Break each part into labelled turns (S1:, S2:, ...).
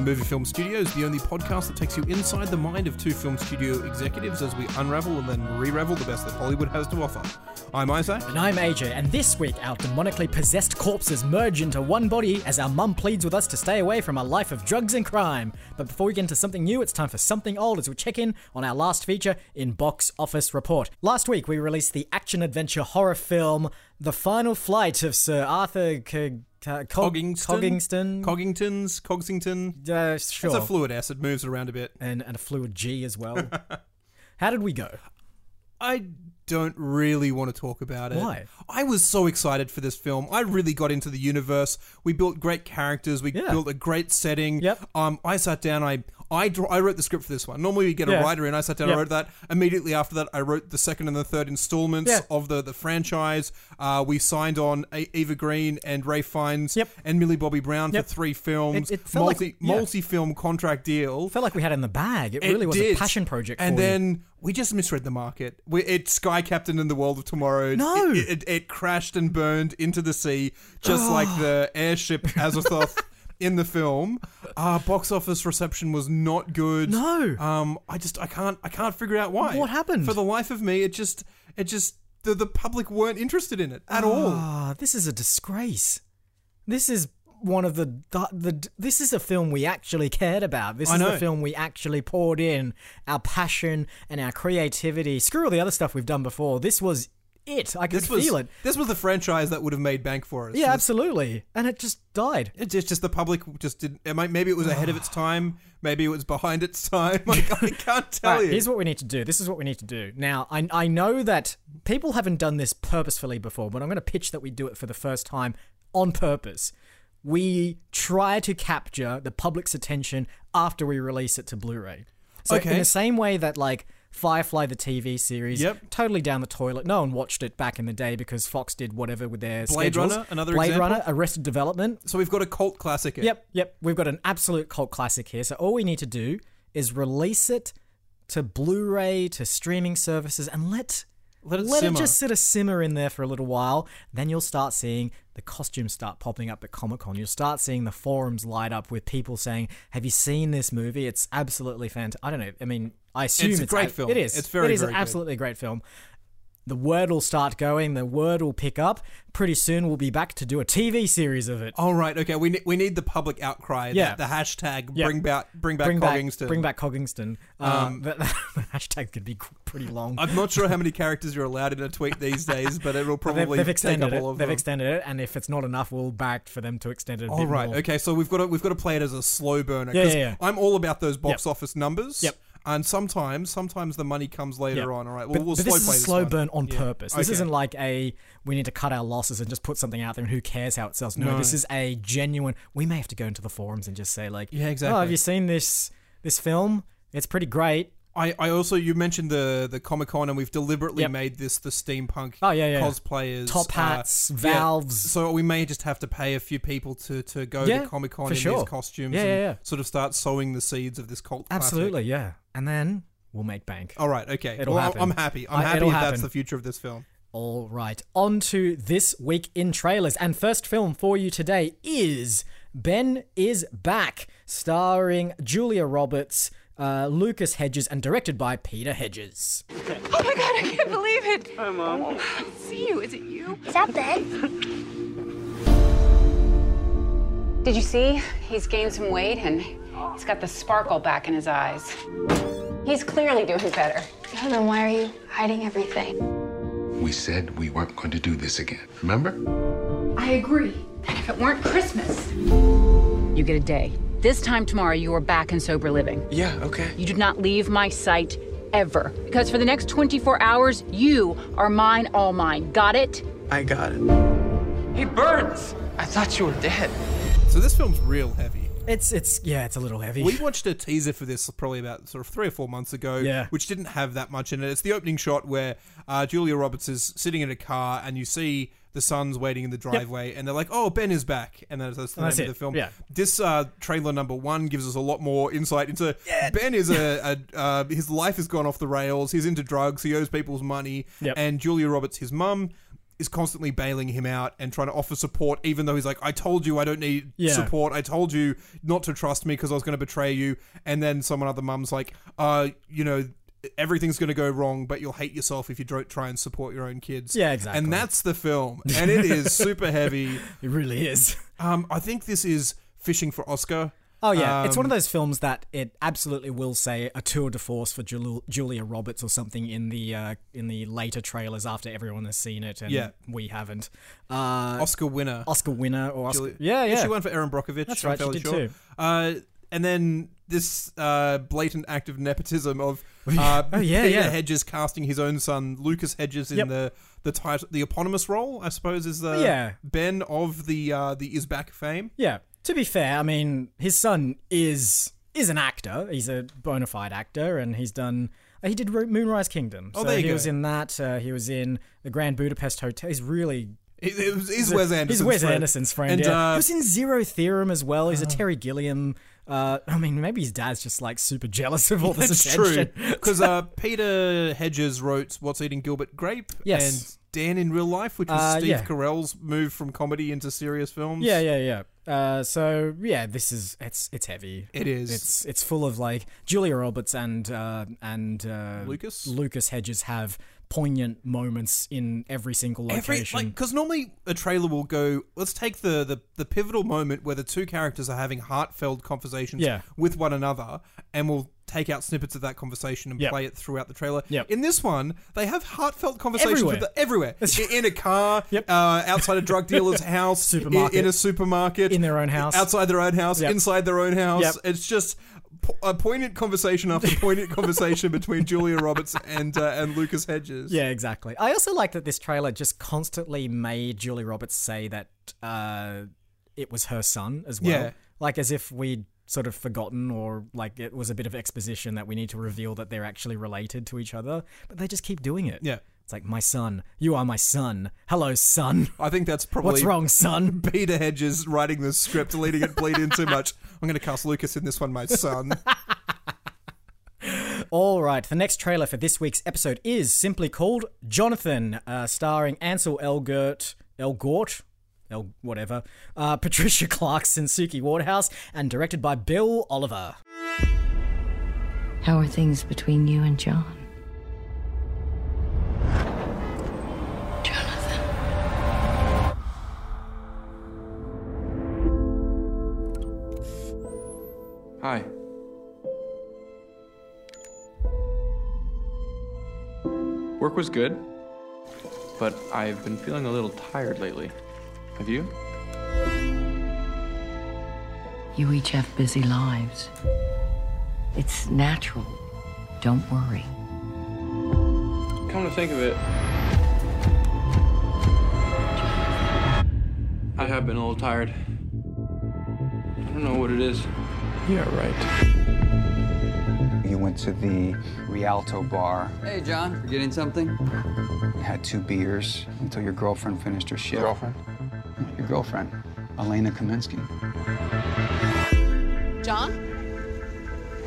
S1: Studios, the only podcast that takes you inside the mind of two film studio executives as we unravel and then re-ravel the best that Hollywood has to offer. I'm Isaac.
S2: And I'm AJ, and this week our demonically possessed corpses merge into one body as our mum pleads with us to stay away from a life of drugs and crime. But before we get into something new, it's time for something old as we check in on our last feature in Box Office Report. Last week we released the action adventure horror film The Final Flight of Sir Arthur C- C- Cog-
S1: Coggingston?
S2: Coggingston.
S1: Coggington, Cogsington.
S2: uh, sure.
S1: It's a fluid acid, moves around a bit.
S2: and, and a fluid G as well. How did we go?
S1: I don't really want to talk about it.
S2: Why?
S1: I was so excited for this film. I really got into the universe. We built great characters. We
S2: Yeah.
S1: built a great setting.
S2: Yep.
S1: Um, I sat down. I I dr- I wrote the script for this one. Normally we get a
S2: Yeah.
S1: writer in. I sat down. I
S2: Yep.
S1: wrote that. Immediately after that, I wrote the second and the third installments
S2: Yeah.
S1: of the the franchise. Uh, we signed on a- Eva Green and Ray Fiennes
S2: Yep.
S1: and Millie Bobby Brown
S2: Yep.
S1: for three films.
S2: It- it felt like-
S1: multi
S2: yeah.
S1: multi film contract deal.
S2: Felt like we had it in the bag. It,
S1: It
S2: really was
S1: did.
S2: a passion project.
S1: And
S2: for you.
S1: then we just misread the market. We, it sky captain in the world of tomorrow. It-
S2: No.
S1: it, it, it crashed and burned into the sea, just like the airship Azathoth in the film. Uh, box office reception was not good.
S2: No.
S1: um, I just I can't I can't figure out why.
S2: What happened?
S1: For the life of me, it just it just the, the public weren't interested in it at all.
S2: Ah, this is a disgrace. This is one of the, the the this is a film we actually cared about. This
S1: I
S2: is
S1: know.
S2: the film we actually poured in our passion and our creativity. Screw all the other stuff we've done before. This was it. I could
S1: This was
S2: feel it.
S1: this was the franchise that would have made bank for us.
S2: Yeah,
S1: This-
S2: absolutely. And it just died.
S1: It's just, just the public just did. it might- Maybe it was ahead of its time. Maybe it was behind its time. I can't, I can't tell
S2: Right,
S1: you.
S2: Here's what we need to do. This is what we need to do. Now, I, I know that people haven't done this purposefully before, but I'm going to pitch that we do it for the first time on purpose. We try to capture the public's attention after we release it to Blu ray. So,
S1: Okay.
S2: in the same way that, like, Firefly, the TV series,
S1: Yep.
S2: totally down the toilet. No one watched it back in the day because Fox did whatever with their
S1: Blade
S2: schedules.
S1: Runner, another
S2: Blade
S1: example?
S2: Runner, Arrested Development,
S1: So we've got a cult classic. Here.
S2: Yep, yep. We've got an absolute cult classic here. So all we need to do is release it to Blu-ray, to streaming services, and let
S1: Let it
S2: let
S1: simmer.
S2: it just sort of simmer in there for a little while. Then you'll start seeing the costumes start popping up at Comic Con. You'll start seeing the forums light up with people saying, "Have you seen this movie? It's absolutely fantastic." I don't know. I mean, I assume
S1: It's
S2: it's,
S1: a great
S2: ab-
S1: film.
S2: It is.
S1: It's very,
S2: It is
S1: very
S2: an
S1: good.
S2: absolutely great film. The word will start going. The word will pick up. Pretty soon, we'll be back to do a TV series of it.
S1: All right. Okay. We need, we need the public outcry. the-
S2: Yeah.
S1: The, hashtag
S2: Yeah.
S1: bring back bring back
S2: bring
S1: Coggingston.
S2: back bring back Coggingston. Um, that, the hashtag could be qu- pretty long.
S1: I'm not sure how many characters you're allowed in a tweet these days, but it will
S2: But they've,
S1: probably
S2: they've
S1: take
S2: extended
S1: up
S2: it.
S1: all of
S2: they've
S1: them.
S2: extended it, and if it's not enough, we'll back for them to extend it. A
S1: all
S2: bit
S1: right.
S2: more.
S1: Okay. So we've got to we've got to play it as a slow burner.
S2: Yeah,
S1: 'cause
S2: yeah, yeah.
S1: I'm all about those box
S2: Yep.
S1: office numbers.
S2: Yep.
S1: And sometimes sometimes the money comes later
S2: Yeah.
S1: on. All right. We'll,
S2: But,
S1: we'll
S2: but
S1: slow
S2: this is a
S1: play
S2: slow
S1: one.
S2: burn on
S1: Yeah.
S2: purpose. This
S1: Okay.
S2: isn't like a we need to cut our losses and just put something out there and who cares how it sells. No,
S1: No.
S2: this is a genuine. We may have to go into the forums and just say like,
S1: Yeah,
S2: Oh,
S1: exactly.
S2: have you seen this this film? It's pretty great.
S1: I, I also you mentioned the the Comic Con and we've deliberately
S2: Yep.
S1: made this the steampunk
S2: Oh, yeah, yeah.
S1: cosplayers
S2: Top hats,
S1: uh, yeah.
S2: valves.
S1: So we may just have to pay a few people to, to go
S2: Yeah,
S1: to Comic Con
S2: for
S1: in
S2: sure.
S1: these costumes
S2: Yeah,
S1: and
S2: yeah, yeah.
S1: sort of start sowing the seeds of this cult. classic.
S2: Absolutely, yeah. And then we'll make bank.
S1: All right. Okay.
S2: It'll
S1: well,
S2: happen.
S1: I'm happy. I'm
S2: I-
S1: happy
S2: it'll
S1: if that's
S2: happen.
S1: the future of this film.
S2: All right, on to this week in trailers. And first film for you today is Ben is Back, starring Julia Roberts, uh, Lucas Hedges, and directed by Peter Hedges.
S3: Oh my god, I can't believe it. Hi, Mom.
S4: Oh,
S3: see you. Is it you?
S5: Is that Ben?
S4: Did you see? He's gained some weight and he's got the sparkle back in his eyes. He's clearly doing better.
S5: Well, then why are you hiding everything?
S6: We said we weren't going to do this again. Remember?
S4: I agree. And if it weren't Christmas, you get a day. This time tomorrow, you are back in sober living.
S6: Yeah, okay.
S4: You do not leave my sight ever. Because for the next 24 hours, you are mine, all mine. Got it?
S7: I got it. He burns! I thought you were dead.
S1: So this film's real heavy.
S2: It's it's yeah, it's a little heavy.
S1: We watched a teaser for this probably about sort of three or four months ago,
S2: Yeah.
S1: which didn't have that much in it. It's the opening shot where uh, Julia Roberts is sitting in a car and you see the son's waiting in the driveway and they're like, oh, Ben is back. And that's, that's the
S2: And that's
S1: name
S2: it,
S1: of the film.
S2: yeah.
S1: This uh, trailer number one gives us a lot more insight into Ben is a, a uh, his life has gone off the rails. He's into drugs. He owes people's money.
S2: Yep.
S1: And Julia Roberts, his mum, is constantly bailing him out and trying to offer support, even though he's like, I told you I don't need
S2: Yeah.
S1: support. I told you not to trust me because I was going to betray you. And then someone other mum's like, uh, you know, everything's going to go wrong, but you'll hate yourself if you don't try and support your own kids.
S2: Yeah, exactly.
S1: And that's the film. And it is super heavy.
S2: It really is.
S1: Um, I think this is Fishing for Oscar.
S2: Oh yeah, it's one
S1: Um,
S2: of those films that it absolutely will say a tour de force for Jul- Julia Roberts or something in the uh, in the later trailers after everyone has seen it and
S1: Yeah.
S2: we haven't. Uh,
S1: Oscar winner.
S2: Oscar winner or Oscar?
S1: Julia-
S2: Yeah, yeah.
S1: She won for Aaron Brockovich.
S2: That's
S1: I'm
S2: right, she
S1: fairly
S2: did
S1: sure.
S2: too.
S1: Uh, and then this uh, blatant act of nepotism of uh,
S2: Oh, yeah,
S1: Peter
S2: yeah.
S1: Hedges casting his own son Lucas Hedges in
S2: Yep. Oh,
S1: the the title, the eponymous role, I suppose, is the
S2: Yeah.
S1: Ben of the uh, the Is Back fame.
S2: Yeah. To be fair, I mean, his son is is an actor. He's a bona fide actor, and he's done. uh, He did Ro- Moonrise Kingdom.
S1: Oh,
S2: so
S1: there you
S2: he
S1: go.
S2: was in that. Uh, he was in the Grand Budapest Hotel. He's really
S1: It, it was, he's Wes Anderson's
S2: he's Wes
S1: friend.
S2: Anderson's friend.
S1: And,
S2: yeah.
S1: uh, Ah.
S2: he was in Zero Theorem as well. He's a Terry Gilliam. Uh, I mean, maybe his dad's just like super jealous of all this
S1: That's true
S2: attention.
S1: because uh, Peter Hedges wrote "What's Eating Gilbert Grape"
S2: Yes.
S1: and "Dan in Real Life," which was
S2: Uh,
S1: Steve
S2: yeah.
S1: Carell's move from comedy into serious films.
S2: Yeah, yeah, yeah. Uh, so yeah, this is it's it's heavy.
S1: It is.
S2: It's it's full of like Julia Roberts and uh, and uh,
S1: Lucas?
S2: Lucas Hedges have poignant moments in every single
S1: Every
S2: location.
S1: like because normally a trailer will go. Let's take the, the the pivotal moment where the two characters are having heartfelt conversations
S2: Yeah.
S1: with one another, and we'll take out snippets of that conversation and
S2: Yep.
S1: play it throughout the trailer.
S2: Yep.
S1: In this one, they have heartfelt conversations
S2: Everywhere.
S1: with the, everywhere
S2: That's-
S1: in, in a car,
S2: Yep.
S1: uh, outside a drug dealer's house, i-
S2: Supermarket.
S1: in, a supermarket,
S2: In their own house.
S1: outside their own house,
S2: Yep.
S1: inside their own house.
S2: Yep.
S1: It's just. po- A poignant conversation after poignant conversation between Julia Roberts and uh, and Lucas Hedges.
S2: yeah, exactly. I also like that this trailer just constantly made Julie Roberts say that uh, it was her son as well.
S1: Yeah.
S2: Like as if we'd sort of forgotten or like it was a bit of exposition that we need to reveal that they're actually related to each other, but they just keep doing it.
S1: Yeah.
S2: It's like my son, you are my son. Hello, son.
S1: I think that's probably
S2: What's wrong, son?
S1: Peter Hedges writing the script, letting it bleed in too much. I'm going to cast Lucas in this one, my son.
S2: All right, the next trailer for this week's episode is simply called Jonathan, uh, starring Ansel Elgort, Elgort, El whatever, uh, Patricia Clarkson, Suki Wardhouse, and directed by Bill Oliver.
S8: How are things between you and John?
S5: Jonathan.
S7: Hi. Work was good, but I've been feeling a little tired lately. Have you?
S8: You each have busy lives. It's natural. Don't worry.
S7: Come to think of it, I have been a little tired. I don't know what it is. Yeah, right.
S9: You went to the Rialto bar,
S7: Hey, John, forgetting something?
S9: had two beers until your girlfriend finished her shift.
S7: Girlfriend?
S9: Your girlfriend, Elena Kaminsky.
S10: John?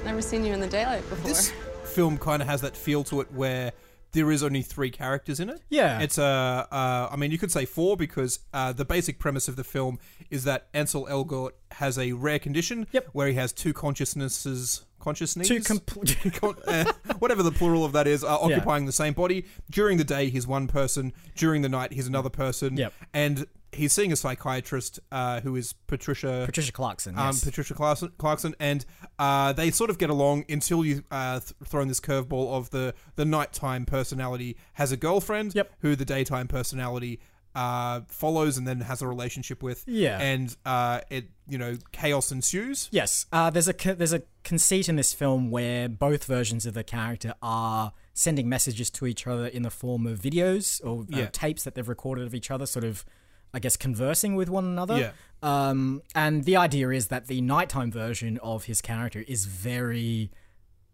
S10: Never seen you in the daylight before.
S1: this film kind of has that feel to it where there is only three characters in it.
S2: Yeah.
S1: It's uh, uh, I mean, you could say four because uh, the basic premise of the film is that Ansel Elgort has a rare condition
S2: Yep.
S1: where he has two consciousnesses. Consciousness?
S2: Two complete.
S1: con- uh, whatever the plural of that is, are occupying the same body. During the day, he's one person. During the night, he's another person.
S2: Yep.
S1: And he's seeing a psychiatrist uh, who is Patricia.
S2: Patricia Clarkson.
S1: Um,
S2: yes.
S1: Patricia Clarkson, Clarkson and uh, they sort of get along until you uh, th- throw in this curveball of the the nighttime personality has a girlfriend
S2: Yep.
S1: who the daytime personality uh, follows and then has a relationship with.
S2: Yeah.
S1: and uh, it you know chaos ensues.
S2: Yes, uh, there's a co- there's a conceit in this film where both versions of the character are sending messages to each other in the form of videos or uh,
S1: Yeah.
S2: tapes that they've recorded of each other, sort of, I guess, conversing with one another.
S1: Yeah.
S2: Um, and the idea is that the nighttime version of his character is very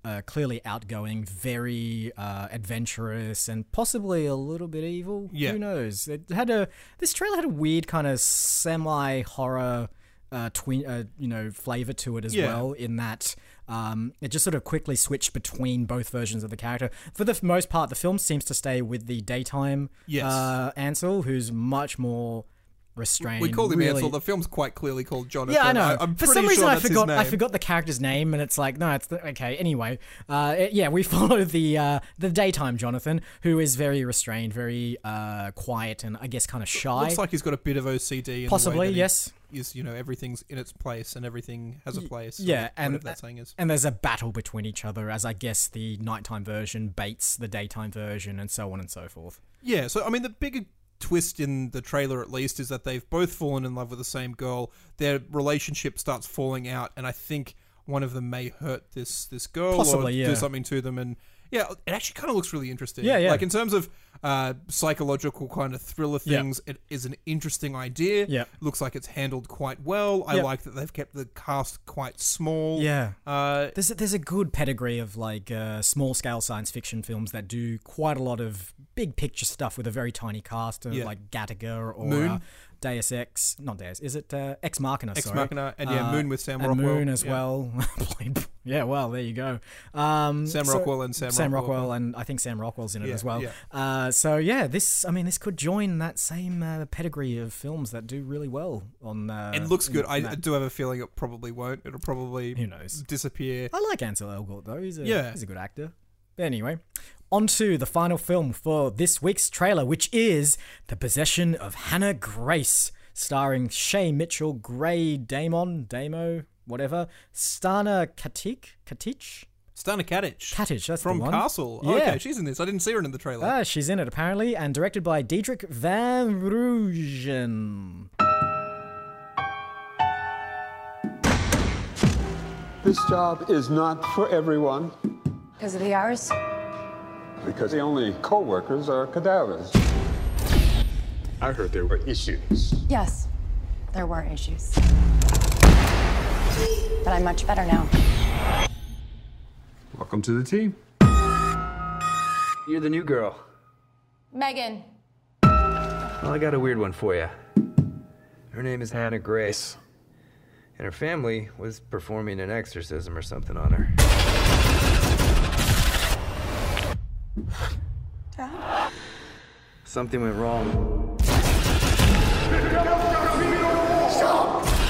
S2: uh, clearly outgoing, very uh, adventurous, and possibly a little bit evil.
S1: Yeah.
S2: Who knows? It had a this trailer had a weird kind of semi horror, uh, twin, uh, you know, flavor to it as
S1: Yeah.
S2: well. In that Um, it just sort of quickly switched between both versions of the character. For the f- most part, the film seems to stay with the daytime
S1: Yes.
S2: uh, Ansel, who's much more restrained.
S1: We call him
S2: really-
S1: Ansel. The film's quite clearly called Jonathan.
S2: yeah, I know.
S1: am
S2: For some reason, I forgot. I
S1: name.
S2: forgot the character's name, and it's like, no, it's the, okay. Anyway, uh, it- yeah, we follow the uh, the daytime Jonathan, who is very restrained, very uh, quiet, and I guess kind of shy.
S1: Looks like he's got a bit of OCD. In the
S2: Possibly,
S1: way that he
S2: yes.
S1: Is you know everything's in its place and everything has a place. or
S2: yeah, and-
S1: whatever that saying is.
S2: and there's a battle between each other, as I guess the nighttime version baits the daytime version, and so on and so forth.
S1: Yeah, so I mean, the bigger twist in the trailer, at least, is that they've both fallen in love with the same girl. Their relationship starts falling out, and I think one of them may hurt this this girl or
S2: Possibly, yeah.
S1: do something to them. And yeah, it actually kind of looks really interesting.
S2: Yeah, yeah.
S1: Like in terms of uh, psychological kind of thriller
S2: Yeah.
S1: things, it is an interesting idea.
S2: Yeah.
S1: looks like it's handled quite well. I
S2: Yeah.
S1: like that they've kept the cast quite small.
S2: Yeah.
S1: Uh,
S2: There's a, there's a good pedigree of like uh, small scale science fiction films that do quite a lot of big picture stuff with a very tiny cast, uh,
S1: Yeah.
S2: like Gattaca or
S1: Moon.
S2: Uh, Deus Ex, not Deus, is it uh, Ex Machina?
S1: Ex
S2: sorry.
S1: Machina, and yeah,
S2: Uh,
S1: Moon with Sam
S2: and
S1: Rockwell.
S2: Moon as
S1: Yeah.
S2: well. yeah, well, there you go. Um,
S1: Sam Rockwell and Sam Rockwell.
S2: Rockwell, and I think Sam Rockwell's in it
S1: Yeah,
S2: as well.
S1: yeah.
S2: Uh, so yeah, this I mean, this could join that same uh, pedigree of films that do really well on. Uh,
S1: It looks
S2: in
S1: good. I,
S2: that.
S1: I do have a feeling it probably won't. It'll probably
S2: Who knows?
S1: disappear.
S2: I like Ansel Elgort though. He's a
S1: Yeah.
S2: he's a good actor. But anyway, on to the final film for this week's trailer, which is The Possession of Hannah Grace, starring Shay Mitchell, Gray Damon, Damo, whatever, Stana Katic, Katic,
S1: Stana Katic.
S2: Katic. That's
S1: from
S2: the one.
S1: Castle.
S2: Yeah.
S1: Oh, okay, she's in this. I didn't see her in the trailer.
S2: Ah, she's in it apparently, and directed by Diedrich Van Rooyen.
S9: This job is not for everyone
S5: Because of the hours?
S9: because the only co-workers are cadavers. I heard there were issues.
S5: Yes, there were issues. But I'm much better now.
S6: Welcome to the team.
S11: You're the new girl.
S5: Megan.
S11: Well, I got a weird one for you. Her name is Hannah Grace, and her family was performing an exorcism or something on her. Something went wrong.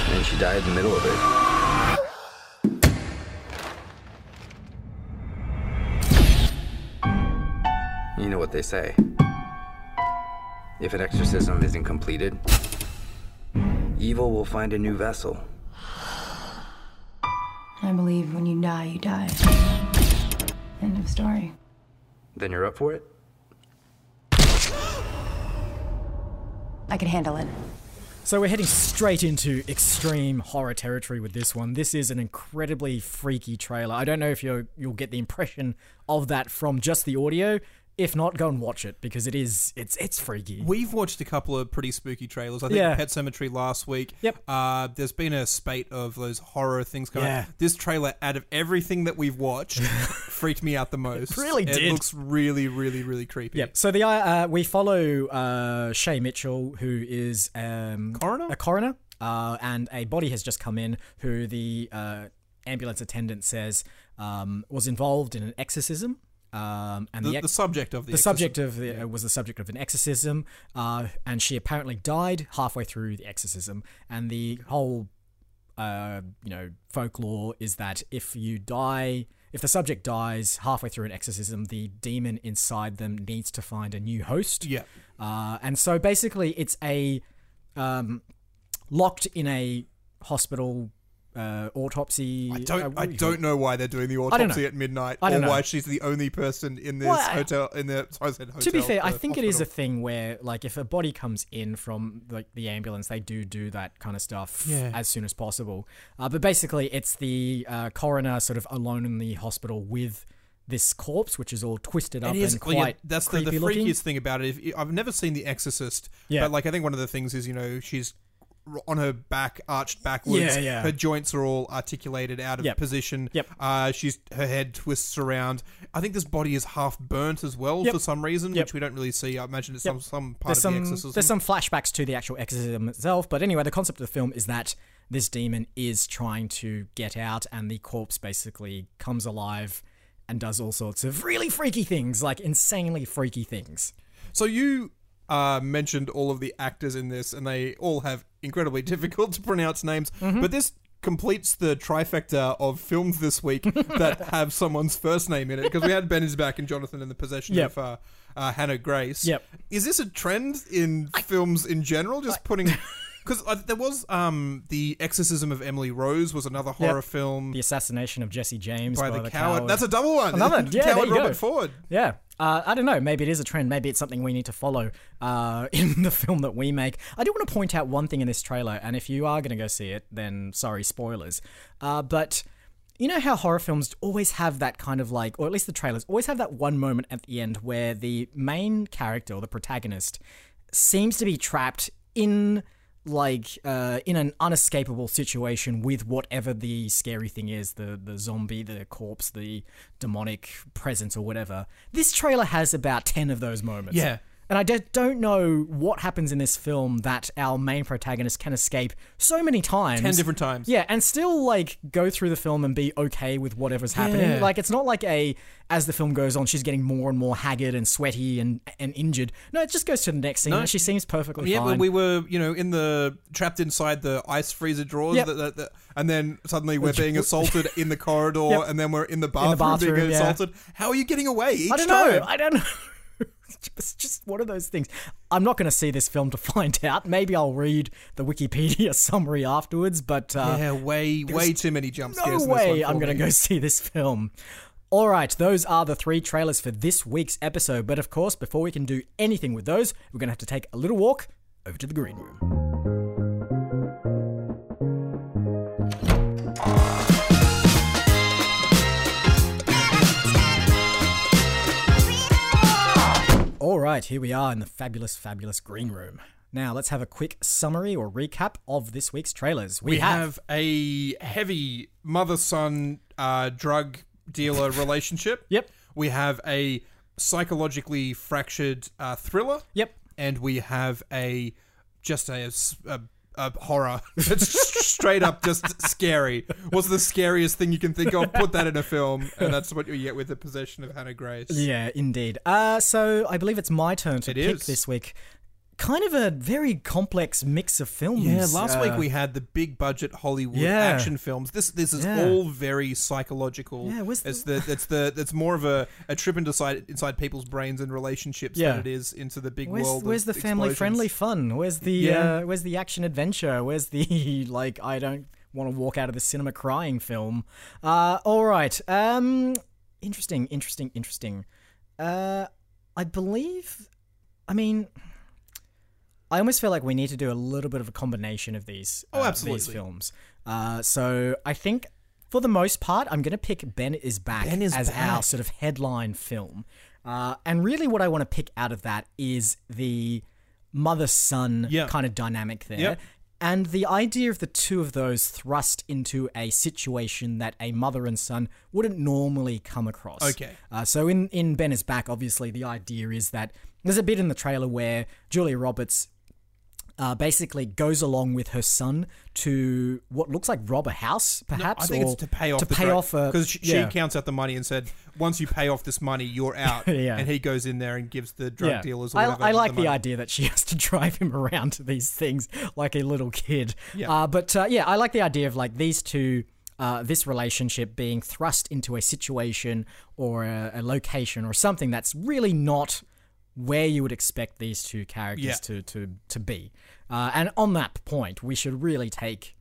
S11: And she died in the middle of it. You know what they say. If an exorcism isn't completed, evil will find a new vessel.
S8: I believe when you die, you die. End of story.
S11: Then you're up for it?
S5: I can handle it.
S2: So we're heading straight into extreme horror territory with this one. This is an incredibly freaky trailer. I don't know if you you'll get the impression of that from just the audio. If not, go and watch it because it is it's it's freaky.
S1: We've watched a couple of pretty spooky trailers. I think
S2: Yeah.
S1: Pet Cemetery last week.
S2: Yep.
S1: Uh, there's been a spate of those horror things going.
S2: Yeah.
S1: This trailer, out of everything that we've watched, freaked me out the most.
S2: It really
S1: it
S2: did.
S1: looks really, really, really creepy.
S2: Yep. So the uh, we follow uh, Shay Mitchell, who is um,
S1: Coroner?
S2: a coroner, uh, and a body has just come in who the uh, ambulance attendant says um, was involved in an exorcism. Um, and the,
S1: The,
S2: ex-
S1: the subject of the
S2: the subject
S1: exorcism.
S2: of the, uh, was the subject of an exorcism, uh, and she apparently died halfway through the exorcism. And the whole, uh, you know, folklore is that if you die, if the subject dies halfway through an exorcism, the demon inside them needs to find a new host.
S1: yeah.
S2: Uh, and so basically, it's a um, locked in a hospital uh, autopsy.
S1: I
S2: uh,
S1: don't.
S2: what
S1: I
S2: do you call it?
S1: don't know why they're doing the
S2: I don't
S1: autopsy
S2: know.
S1: at midnight,
S2: I
S1: or
S2: don't know.
S1: why she's the only person in this
S2: Well, I-
S1: hotel. In the sorry, I said hotel.
S2: to be fair, I
S1: the
S2: think it is a
S1: hospital.
S2: thing where, like, if a body comes in from like the ambulance, they do do that kind of stuff
S1: Yeah.
S2: as soon as possible. Uh, but basically, it's the uh, coroner sort of alone in the hospital with this corpse, which is all twisted up
S1: It is
S2: and
S1: well,
S2: quite
S1: yeah, that's the, the
S2: creepy
S1: freakiest
S2: looking.
S1: thing about it. If, I've never seen The Exorcist,
S2: Yeah.
S1: but like I think one of the things is you know she's r- on her back, arched backwards.
S2: Yeah, yeah.
S1: Her joints are all articulated out of
S2: Yep.
S1: position.
S2: Yep.
S1: Uh, she's her head twists around. I think this body is half burnt as well
S2: Yep.
S1: for some reason,
S2: Yep.
S1: which we don't really see. I imagine it's some some part
S2: There's
S1: of
S2: some
S1: the exorcism.
S2: there's some flashbacks to the actual exorcism itself, but anyway, the concept of the film is that this demon is trying to get out, and the corpse basically comes alive and does all sorts of really freaky things, like insanely freaky things.
S1: So you uh, mentioned all of the actors in this, and they all have incredibly
S2: Mm-hmm.
S1: difficult to pronounce names.
S2: Mhm.
S1: But this completes the trifecta of films this week that have someone's first name in it because we had Ben is back and Jonathan in the possession
S2: Yep.
S1: of uh, uh, Hannah Grace.
S2: Yep.
S1: Is this a trend in films in general? Just putting. Because there was um, the Exorcism of Emily Rose was another horror
S2: Yep.
S1: film
S2: The assassination of Jesse James
S1: by,
S2: by,
S1: the, coward. That's a double one.
S2: Another, yeah, there
S1: coward
S2: you go.
S1: Robert Ford.
S2: Yeah. Uh, I don't know. Maybe it is a trend. Maybe it's something we need to follow uh, in the film that we make. I do want to point out one thing in this trailer, and if you are going to go see it, then sorry, spoilers. Uh, but you know how horror films always have that kind of like, or at least the trailers always have that one moment at the end where the main character or the protagonist seems to be trapped in like uh, in an unescapable situation with whatever the scary thing is the the zombie the corpse the demonic presence or whatever this trailer has about 10 of those moments
S1: Yeah.
S2: and i just don't know what happens in this film that our main protagonist can escape so many times
S1: 10 different times.
S2: yeah and still like go through the film and be okay with whatever's happening
S1: Yeah.
S2: like like it's not like a as the film goes on, she's getting more and more haggard and sweaty and and injured. No, it just goes to the next scene.
S1: No.
S2: and she seems perfectly
S1: Yeah,
S2: fine.
S1: but we were, you know, in the trapped inside the ice freezer drawers,
S2: Yep.
S1: that, that, that- and then suddenly we're
S2: Which-
S1: being assaulted in the corridor,
S2: Yep.
S1: and then we're in the bathroom,
S2: In the
S1: being
S2: bathroom, yeah.
S1: assaulted. How are you getting away? Each
S2: I don't
S1: time?
S2: know. I don't know. It's just one of those things. I'm not going to see this film to find out. Maybe I'll read the Wikipedia summary afterwards. But uh,
S1: yeah, way,
S2: there's
S1: way too many jump scares.
S2: no
S1: in this one
S2: way
S1: for
S2: I'm going to
S1: me.
S2: go see this film. All right, those are the three trailers for this week's episode. But of course, before we can do anything with those, we're going to have to take a little walk over to the green room. All right, here we are in the fabulous, fabulous green room. Now, let's have a quick summary or recap of this week's trailers.
S1: We have a heavy mother-son uh, drug dealer relationship.
S2: Yep.
S1: We have a psychologically fractured uh, thriller.
S2: Yep.
S1: And we have a just a, s- a- a horror. It's s- straight up just scary. What's the scariest thing you can think of? Put that in a film, and that's what you get with the possession of Hannah Grace.
S2: Yeah, indeed. Uh, so I believe it's my turn to
S1: It
S2: pick
S1: is.
S2: this week. Kind of a very complex mix of films.
S1: Yeah, last
S2: uh,
S1: week we had the big budget Hollywood
S2: Yeah.
S1: action films. This this is
S2: Yeah.
S1: all very psychological.
S2: Yeah, where's
S1: it's the it's the it's more of a, a trip inside inside people's brains and relationships
S2: Yeah.
S1: than it is into the big
S2: Where's,
S1: world. of
S2: where's the family
S1: explosions.
S2: friendly fun? Where's the
S1: Yeah.
S2: uh, where's the action adventure? Where's the like I don't want to walk out of the cinema crying film? Uh, all right. Um, interesting, interesting, interesting. Uh, I believe. I mean, I almost feel like we need to do a little bit of a combination of these.
S1: Oh,
S2: uh, These
S1: absolutely.
S2: films. Uh, so I think. For the most part, I'm going to pick Ben is Back
S1: Ben Is
S2: as our
S1: Back.
S2: sort of headline film. Uh, and really, what I want to pick out of that is the mother son
S1: Yeah.
S2: kind of dynamic there.
S1: Yep.
S2: And the idea of the two of those thrust into a situation that a mother and son wouldn't normally come across.
S1: Okay.
S2: Uh, so in in Ben is back. Obviously, the idea is that there's a bit in the trailer where Julia Roberts uh, basically goes along with her son to what looks like rob a house, perhaps.
S1: I think
S2: or
S1: it's to pay off
S2: to
S1: the
S2: pay off a
S1: because she,
S2: yeah.
S1: she counts out the money and said once you pay off this money you're out.
S2: Yeah.
S1: And he goes in there and gives the drug
S2: Yeah.
S1: dealers. Or
S2: I,
S1: whatever
S2: I like the,
S1: money.
S2: idea that she has to drive him around to these things like a little kid.
S1: Yeah.
S2: Uh, but uh, yeah, I like the idea of like these two. Uh, this relationship being thrust into a situation or a, a location or something that's really not where you would expect these two characters
S1: Yeah.
S2: to to to be. Uh, and on that point, we should really take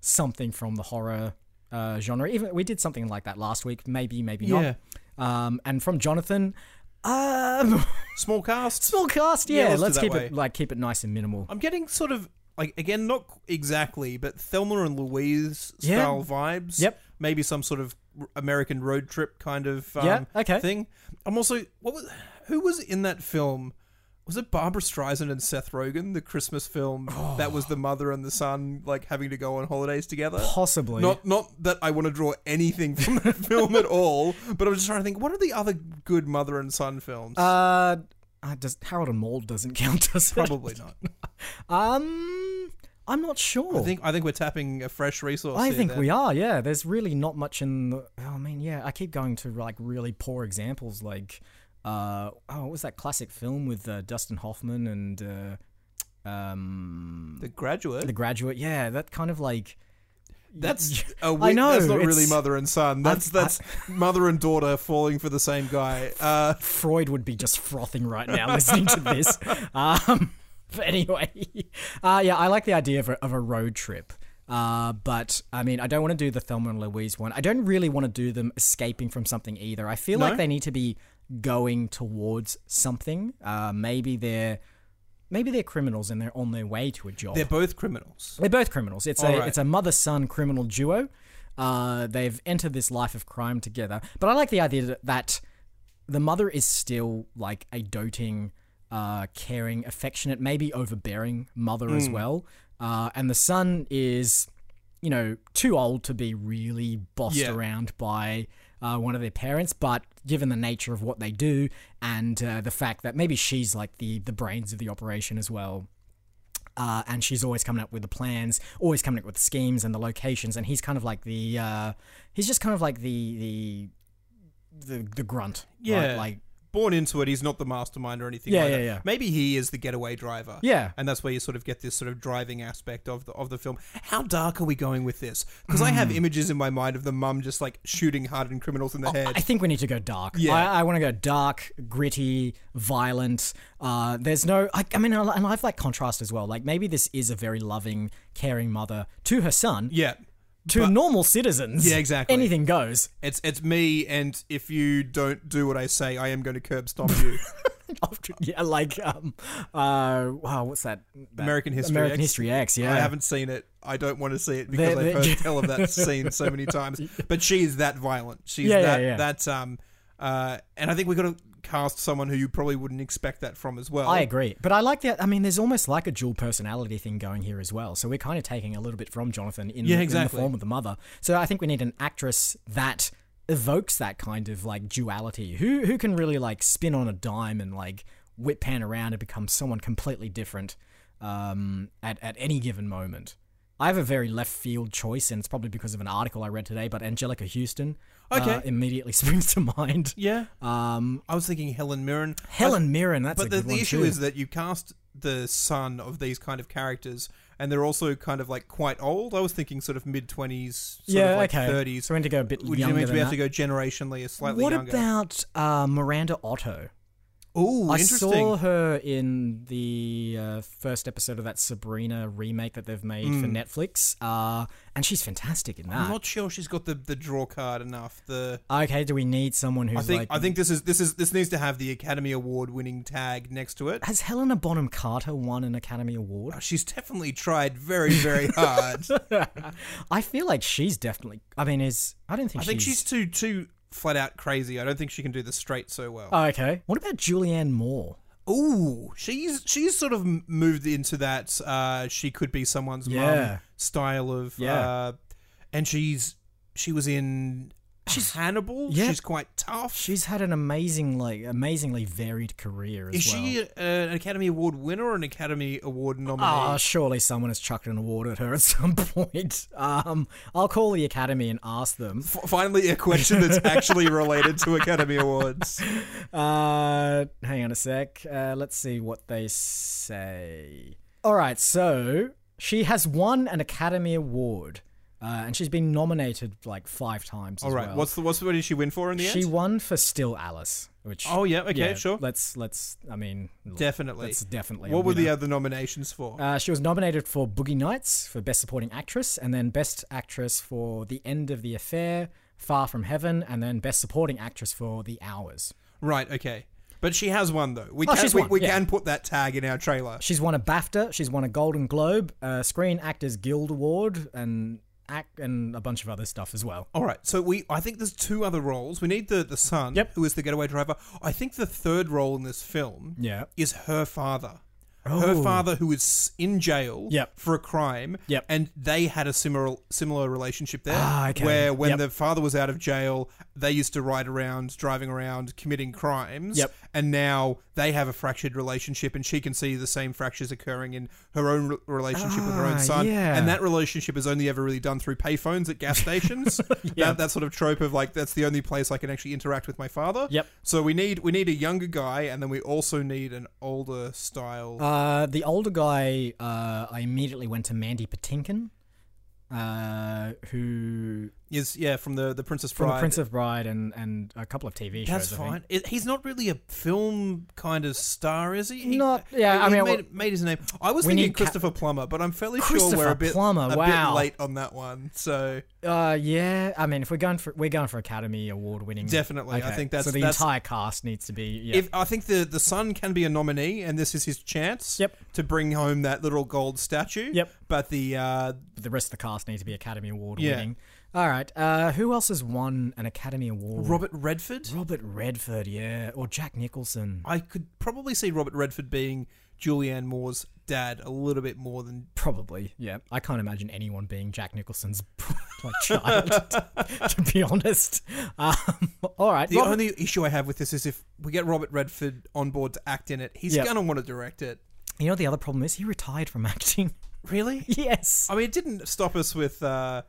S2: something from the horror uh, genre. Even we did something like that last week. Maybe, maybe
S1: Yeah.
S2: not. Um, and from Jonathan. Um,
S1: Small cast.
S2: Small cast, yeah.
S1: let's
S2: let's
S1: do that
S2: keep
S1: way.
S2: it like keep it nice and minimal.
S1: I'm getting sort of like again, not exactly, but Thelma and Louise
S2: Yeah.
S1: style vibes.
S2: Yep.
S1: Maybe some sort of r- American road trip kind of um,
S2: Yeah, okay.
S1: thing. I'm also what was who was in that film? Was it Barbara Streisand and Seth Rogen, the Christmas film that was the mother and the son like having to go on holidays together?
S2: Possibly.
S1: Uh, Not not that I want to draw anything from that film at all, but I was just trying to think what are the other good mother and son films?
S2: uh, uh, does Harold and Maude doesn't count, does it?
S1: Probably not.
S2: Um, I'm not sure.
S1: I think I think we're tapping a fresh resource.
S2: I
S1: here
S2: think
S1: then.
S2: we are. Yeah, there's really not much in the. oh, I mean, yeah, I keep going to like really poor examples, like uh, oh, what was that classic film with uh, Dustin Hoffman and uh, um,
S1: The Graduate.
S2: The Graduate. Yeah, that kind of like.
S1: That's
S2: y-
S1: a
S2: I
S1: weird-
S2: know.
S1: That's not really
S2: it's-
S1: mother and son. That's
S2: I- I-
S1: that's mother and daughter falling for the same guy. Uh,
S2: Freud would be just frothing right now listening to this. Um, but anyway, uh, yeah, I like the idea of a, of a road trip. Uh, but I mean, I don't want to do the Thelma and Louise one. I don't really want to do them escaping from something either. I feel
S1: No?
S2: like they need to be going towards something. Uh, maybe they're maybe they're criminals and they're on their way to a job.
S1: They're both criminals.
S2: They're both criminals. It's
S1: All
S2: a
S1: right.
S2: it's a mother son criminal duo. Uh, they've entered this life of crime together. But I like the idea that- that the mother is still like a doting, uh, caring, affectionate, maybe overbearing mother as
S1: Hmm.
S12: Mm.
S2: well. Uh, and the son is, you know, too old to be really bossed
S12: Yeah.
S2: around by uh, one of their parents. But given the nature of what they do and uh, the fact that maybe she's like the the brains of the operation as well, uh, and she's always coming up with the plans, always coming up with schemes and the locations, and he's kind of like the uh, he's just kind of like the the the, the grunt,
S1: Yeah,
S2: right? like
S1: born into it. He's not the mastermind or anything.
S2: Yeah,
S1: like
S2: yeah,
S1: that.
S2: yeah.
S1: Maybe he is the getaway driver.
S2: Yeah.
S1: and that's where you sort of get this sort of driving aspect of the of the film. How dark are we going with this? Because I
S2: Hmm.
S1: have images in my mind of the mum just like shooting hardened criminals in the head.
S2: Oh, I think we need to go dark.
S1: Yeah.
S2: I, I want to go dark, gritty, violent. Uh, there's no, I, I mean, I li- and I have like contrast as well. Like maybe this is a very loving, caring mother to her son.
S1: Yeah.
S2: To normal citizens.
S1: Yeah, exactly.
S2: Anything goes.
S1: It's it's me, and if you don't do what I say, I am going to curb stomp you.
S2: yeah, like um, uh, wow, what's that? that-
S1: American History
S2: American
S1: X.
S2: History X. Yeah,
S1: I haven't seen it. I don't want to see it
S2: They're-
S1: because I've
S2: they're-
S1: heard tell of that scene so many times. But she is that violent. She's
S2: Yeah, yeah,
S1: that
S2: yeah.
S1: that um uh and I think we've got to cast someone who you probably wouldn't expect that from as well.
S2: I agree. But I like that. I mean, there's almost like a dual personality thing going here as well. So we're kind of taking a little bit from Jonathan in,
S1: Yeah,
S2: the,
S1: exactly.
S2: in the form of the mother. So I think we need an actress that evokes that kind of like duality. Who who can really like spin on a dime and like whip pan around and become someone completely different um, at at any given moment. I have a very left field choice, and it's probably because of an article I read today. But Angelica Houston uh,
S1: Okay.
S2: immediately springs to mind.
S1: Yeah.
S2: Um,
S1: I was thinking Helen Mirren.
S2: Helen
S1: I-
S2: Mirren, that's
S1: but
S2: a
S1: the,
S2: good
S1: the
S2: one
S1: issue
S2: too.
S1: is that you cast the son of these kind of characters, and they're also kind of like quite old. I was thinking sort of mid twenties,
S2: Yeah,
S1: of like
S2: okay.
S1: thirties.
S2: So we need to go a bit
S1: Would
S2: younger
S1: you mean
S2: than
S1: we have
S2: that.
S1: to go generationally, slightly
S2: what
S1: younger?
S2: about uh, Miranda Otto?
S1: Ooh,
S2: I
S1: interesting.
S2: saw her in the uh, first episode of that Sabrina remake that they've made for
S1: Mm.
S2: Netflix, uh, and she's fantastic in
S1: I'm
S2: that.
S1: not sure she's got the, the draw card enough. The
S2: okay, do we need someone who's
S1: I think
S2: like?
S1: I think this is this is this needs to have the Academy Award winning tag next to it.
S2: has Helena Bonham Carter won an Academy Award?
S1: She's definitely tried very very hard.
S2: I feel like she's definitely. I mean, is I don't think
S1: I think she's too too flat out crazy. I don't think she can do the straight so well.
S2: Oh, okay. What about Julianne Moore?
S1: Ooh, she's she's sort of m- moved into that. Uh, she could be someone's
S2: Yeah.
S1: mum style of.
S2: Yeah.
S1: Uh, and she's she was in she's Hannibal.
S2: Yeah.
S1: She's quite tough.
S2: She's had an amazing, like, amazingly varied career. As
S1: Is
S2: well.
S1: she uh, an Academy Award winner or an Academy Award nominee?
S2: Ah, surely someone has chucked an award at her at some point. Um, I'll call the Academy and ask them.
S1: F- finally, a question that's actually related to Academy Awards.
S2: Uh, hang on a sec. Uh, let's see what they say. All right, so she has won an Academy Award, uh, and she's been nominated like five times.
S1: All
S2: as
S1: right,
S2: well.
S1: what's the what's what did she win for in the
S2: she
S1: end?
S2: won for Still Alice, which
S1: Oh, yeah, okay, sure.
S2: Let's let's. I mean, l-
S1: Definitely,
S2: That's definitely. a
S1: What were the
S2: winner.
S1: other nominations for?
S2: Uh, she was nominated for Boogie Nights for Best Supporting Actress, and then Best Actress for The End of the Affair, Far From Heaven, and then Best Supporting Actress for The Hours.
S1: right, okay, but she has won though. We
S2: Oh,
S1: can
S2: she's
S1: we,
S2: won,
S1: we
S2: yeah.
S1: can put that tag in our trailer.
S2: She's won a BAFTA, she's won a Golden Globe, a Screen Actors Guild Award, and act and a bunch of other stuff as well.
S1: All right, so we I think there's two other roles. We need the the son, who is the getaway driver. I think the third role in this film
S2: Yeah.
S1: is her father. her
S2: Oh.
S1: father who is in jail
S2: Yep.
S1: for a crime.
S2: Yep.
S1: And they had a similar similar relationship there,
S2: Ah, okay.
S1: where when
S2: Yep.
S1: the father was out of jail, they used to ride around, driving around, committing crimes.
S2: Yep.
S1: And now they have a fractured relationship, and she can see the same fractures occurring in her own re- relationship with her
S2: Ah,
S1: own son.
S2: yeah.
S1: And that relationship is only ever really done through payphones at gas stations. that, that sort of trope of like that's the only place I can actually interact with my father.
S2: Yep.
S1: So we need we need a younger guy, and then we also need an older style.
S2: Uh, the older guy, uh, I immediately went to Mandy Patinkin, uh, who
S1: is yeah from the the Princess
S2: from
S1: Bride.
S2: The Prince of Bride and, and a couple of TV shows.
S1: That's
S2: I
S1: fine. It,
S2: think.
S1: he's not really a film kind of star, is he? he
S2: Not- yeah,
S1: he
S2: I mean,
S1: made, made his name. I was
S2: we
S1: thinking
S2: need Ca-
S1: Christopher Plummer, but I'm fairly sure
S2: Christopher
S1: we're a bit
S2: Plummer,
S1: a
S2: wow.
S1: bit late on that one. So
S2: Uh, yeah. I mean, if we're going for we're going for Academy Award winning,
S1: Definitely, I think that's-
S2: so. The
S1: that's-
S2: entire cast needs to be. Yeah.
S1: if I think the the son can be a nominee, and this is his chance.
S2: Yep.
S1: To bring home that little gold statue.
S2: Yep.
S1: But the uh,
S2: the rest of the cast need to be Academy Award
S1: Yeah.
S2: winning. All right. Uh, who else has won an Academy Award?
S1: Robert Redford,
S2: Robert Redford, yeah, or Jack Nicholson.
S1: I could probably see Robert Redford being Julianne Moore's dad a little bit more than
S2: Probably, yeah. I can't imagine anyone being Jack Nicholson's like child. to be honest, um, all right.
S1: The
S2: Robert-
S1: only issue I have with this is if we get Robert Redford on board to act in it, he's
S2: Yep.
S1: gonna want to direct it.
S2: you know what the other problem is he retired from acting.
S1: Really?
S2: yes,
S1: I mean, it didn't stop us with uh,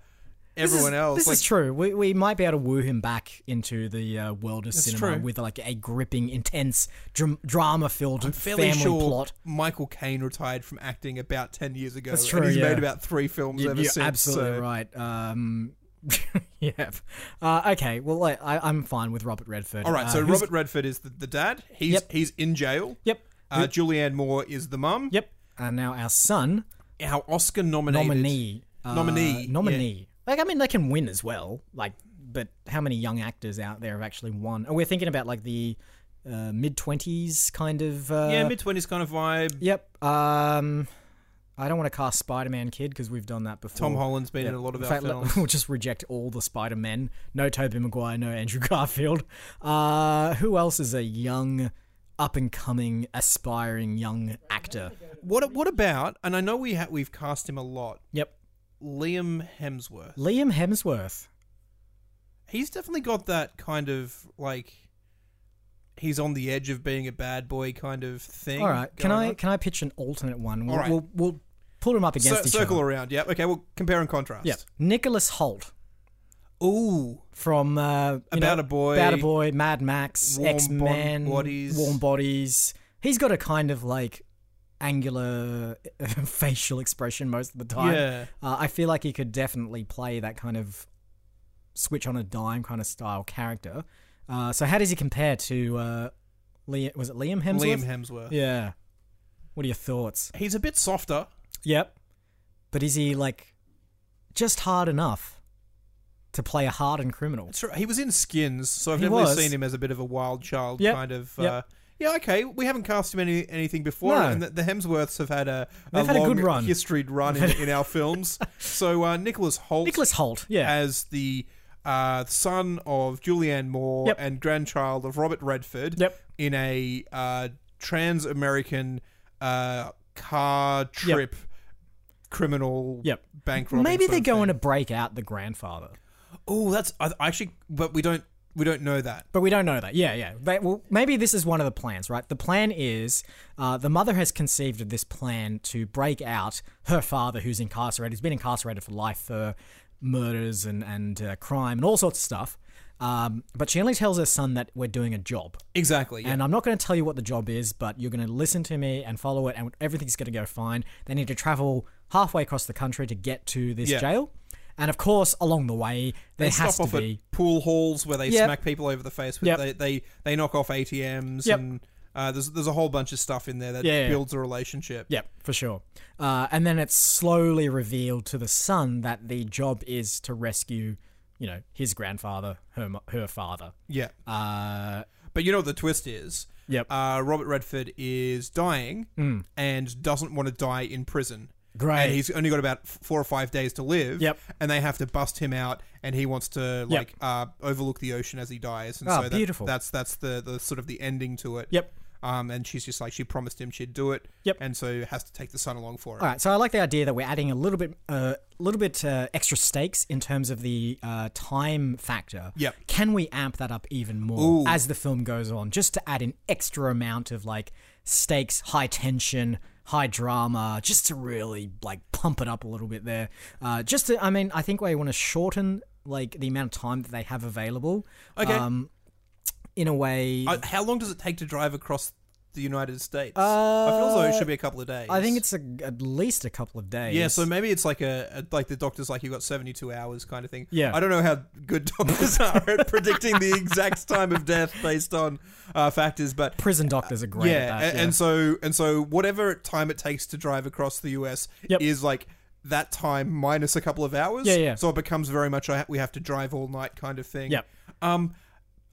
S2: This is-
S1: everyone else.
S2: This is true. We, we might be able to woo him back into the uh, world of
S1: That's
S2: cinema
S1: true.
S2: with like a gripping, intense, dram- drama-filled
S1: Fairly
S2: family
S1: sure
S2: plot.
S1: Michael Caine retired from acting about ten years ago.
S2: That's
S1: And
S2: true,
S1: he's
S2: yeah.
S1: made about three films
S2: You-
S1: ever
S2: you're
S1: since.
S2: absolutely
S1: so-
S2: right. Um, yeah. Uh, okay. Well, I, I, I'm fine with Robert Redford.
S1: All right,
S2: Uh,
S1: so
S2: who's-
S1: Robert Redford is the, the dad. He's
S2: Yep.
S1: he's in jail.
S2: Yep.
S1: Uh, Julianne Moore is the mum.
S2: Yep. And now our son
S1: Our Oscar nominated
S2: nominee. uh,
S1: Nominee, yeah.
S2: Nominee. Like I mean, they can win as well. Like, but how many young actors out there have actually won? And we're thinking about like the uh, mid twenties kind of. Uh,
S1: yeah, mid twenties kind of vibe.
S2: Yep. Um, I don't want to cast Spider-Man Kid because we've done that before.
S1: Tom Holland's been in a lot of
S2: In
S1: our
S2: fact, let-
S1: films.
S2: We'll just reject all the Spider-Men. No Tobey Maguire. No Andrew Garfield. Uh, who else is a young, up-and-coming, aspiring young actor?
S1: What what about? And I know we ha- we've cast him a lot.
S2: Yep.
S1: Liam Hemsworth.
S2: Liam Hemsworth.
S1: He's definitely got that kind of like he's on the edge of being a bad boy kind of thing.
S2: All right. Can
S1: going
S2: I
S1: on.
S2: can I pitch an alternate one? We'll,
S1: All right.
S2: we'll, we'll pull him up
S1: Cir-
S2: against each
S1: circle
S2: other.
S1: around? Yeah. Okay. Well, compare and contrast.
S2: Yep. Nicholas Holt
S1: Ooh.
S2: from uh, you
S1: About
S2: know,
S1: a Boy.
S2: About a Boy, Mad Max,
S1: Warm
S2: X Men,
S1: Bon- Bodies.
S2: Warm Bodies. He's got a kind of like angular facial expression most of the time.
S1: Yeah.
S2: Uh, I feel like he could definitely play that kind of switch on a dime kind of style character. Uh, so how does he compare to uh, Liam? Was it Liam Hemsworth?
S1: Liam Hemsworth.
S2: Yeah. What are your thoughts?
S1: He's a bit softer.
S2: Yep. But is he like just hard enough to play a hardened criminal?
S1: That's right. He was in Skins, so I've
S2: He
S1: definitely
S2: was.
S1: seen him as a bit of a wild child
S2: Yep,
S1: kind of.
S2: yep.
S1: Uh, yeah, okay. We haven't cast him any, anything before,
S2: No.
S1: and the, the Hemsworths have had a,
S2: They've had a
S1: long
S2: good run.
S1: historied run in, in our films. So uh, Nicholas Holt,
S2: Nicholas Holt, yeah.
S1: as the uh, son of Julianne Moore
S2: Yep.
S1: and grandchild of Robert Redford,
S2: Yep.
S1: in a uh, trans-American uh, car trip criminal
S2: Yep.
S1: bank robbery.
S2: Maybe
S1: sort
S2: they're
S1: of
S2: going
S1: thing.
S2: to break out the grandfather.
S1: Oh, that's I, I actually, but we don't we don't know that.
S2: But we don't know that. Yeah, yeah. They, well, maybe this is one of the plans, right? The plan is uh, the mother has conceived of this plan to break out her father, who's incarcerated, who's been incarcerated for life for murders and, and uh, crime and all sorts of stuff. Um, but she only tells her son that we're doing a job.
S1: Exactly. Yeah.
S2: And I'm not going to tell you what the job is, but you're going to listen to me and follow it, and everything's going to go fine. They need to travel halfway across the country to get to this
S1: Yeah.
S2: jail. And of course, along the way, there
S1: they
S2: has
S1: stop
S2: to
S1: off
S2: be.
S1: at pool halls where they
S2: Yep.
S1: smack people over the face with
S2: Yep.
S1: they, they they knock off ATMs
S2: Yep.
S1: and uh, there's there's a whole bunch of stuff in there that
S2: Yeah, yeah.
S1: builds a relationship.
S2: Yep, for sure. Uh, and then it's slowly revealed to the son that the job is to rescue, you know, his grandfather, her, mo- her father.
S1: Yeah.
S2: Uh,
S1: But you know what the twist is?
S2: Yep. Hmm.
S1: Uh, Robert Redford is dying and doesn't want to die in prison.
S2: Great.
S1: And he's only got about f- four or five days to live.
S2: Yep.
S1: And they have to bust him out, and he wants to like uh, overlook the ocean as he dies. And
S2: Ah,
S1: so that-
S2: beautiful.
S1: That's that's the, the sort of the ending to it.
S2: Yep.
S1: Um, and she's just like she promised him she'd do it.
S2: Yep.
S1: And so has to take the son along for it.
S2: All right, so I like the idea that we're adding a little bit, a little bit uh, extra stakes in terms of the uh, time factor.
S1: Yep.
S2: Can we amp that up even more
S1: Ooh.
S2: as the film goes on, just to add an extra amount of like stakes, high tension, high drama, just to really like pump it up a little bit there. Uh, just to, I mean, I think we want to shorten like the amount of time that they have available.
S1: Okay.
S2: um, in a way,
S1: Uh, how long does it take to drive across the United States? I feel as though it should be a couple of days.
S2: Uh, I think it's a, at least a couple of days.
S1: Yeah, so maybe it's like a, a like the doctor's like you've got seventy two hours kind of thing.
S2: Yeah.
S1: I don't know how good doctors are at predicting the exact time of death based on uh, factors, but
S2: prison doctors are great.
S1: yeah,
S2: at
S1: a-
S2: that,
S1: and, so and so whatever time it takes to drive across the US is like that time minus a couple of hours.
S2: Yeah, yeah.
S1: So it becomes very much I ha- we have to drive all night kind of thing.
S2: Yep.
S1: Um.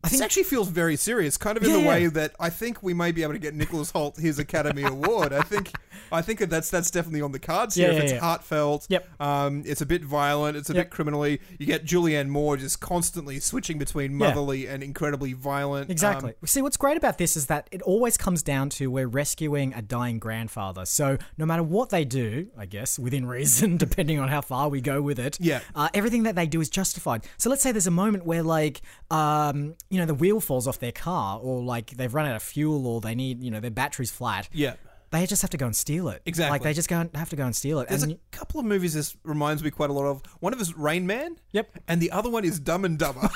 S1: this actually feels very serious, kind of in
S2: Yeah,
S1: the
S2: yeah.
S1: way that I think we may be able to get Nicholas Holt his Academy Award. I think, I think that that's that's definitely on the cards here.
S2: Yeah,
S1: if
S2: yeah,
S1: it's
S2: yeah.
S1: heartfelt,
S2: Yep.
S1: Um, it's a bit violent, it's a
S2: Yep.
S1: bit criminally. You get Julianne Moore just constantly switching between motherly and incredibly violent.
S2: Exactly.
S1: Um,
S2: See, what's great about this is that it always comes down to we're rescuing a dying grandfather. So no matter what they do, I guess within reason, depending on how far we go with it,
S1: Yeah.
S2: uh, everything that they do is justified. So let's say there's a moment where, like, um, you know, the wheel falls off their car, or like they've run out of fuel, or they need, you know, their battery's flat.
S1: yeah.
S2: They just have to go and steal it.
S1: Exactly.
S2: Like they just go and have to go and steal it.
S1: There's
S2: and
S1: a couple of movies this reminds me quite a lot of. One of is Rain Man.
S2: Yep.
S1: And the other one is Dumb and Dumber.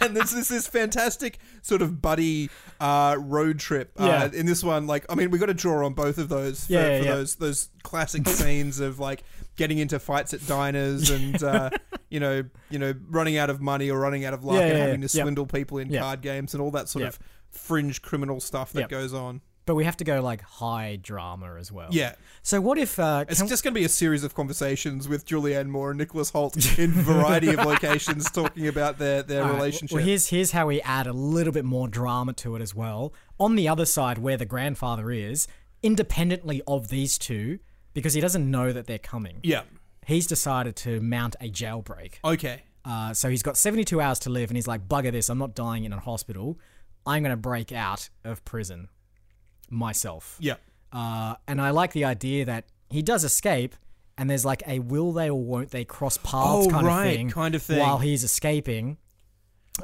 S1: and this is this fantastic sort of buddy uh, road trip. Uh,
S2: Yeah.
S1: in this one, like, I mean, we got to draw on both of those for,
S2: Yeah, yeah,
S1: for
S2: yeah.
S1: those those classic scenes of like getting into fights at diners and uh, you know you know running out of money or running out of luck
S2: Yeah,
S1: and
S2: yeah,
S1: having
S2: yeah.
S1: to
S2: Yep.
S1: swindle people in
S2: Yep.
S1: card games and all that sort
S2: Yep.
S1: of fringe criminal stuff that
S2: Yep.
S1: goes on.
S2: but we have to go like high drama as well.
S1: Yeah.
S2: So what if uh,
S1: It's
S2: can-
S1: just going to be a series of conversations with Julianne Moore and Nicholas Holt in variety of locations talking about their, their
S2: All right,
S1: relationship.
S2: Well, here's here's how we add a little bit more drama to it as well. On the other side, where the grandfather is, independently of these two, because he doesn't know that they're coming.
S1: yeah.
S2: He's decided to mount a jailbreak.
S1: Okay.
S2: Uh, so he's got 72 hours to live, and he's like, "Bugger this! I'm not dying in a hospital. I'm going to break out of prison myself."
S1: Yeah.
S2: Uh, and I like the idea that he does escape, and there's like a will they or won't they cross paths
S1: Oh,
S2: kind
S1: right,
S2: of thing,
S1: kind of thing.
S2: while he's escaping.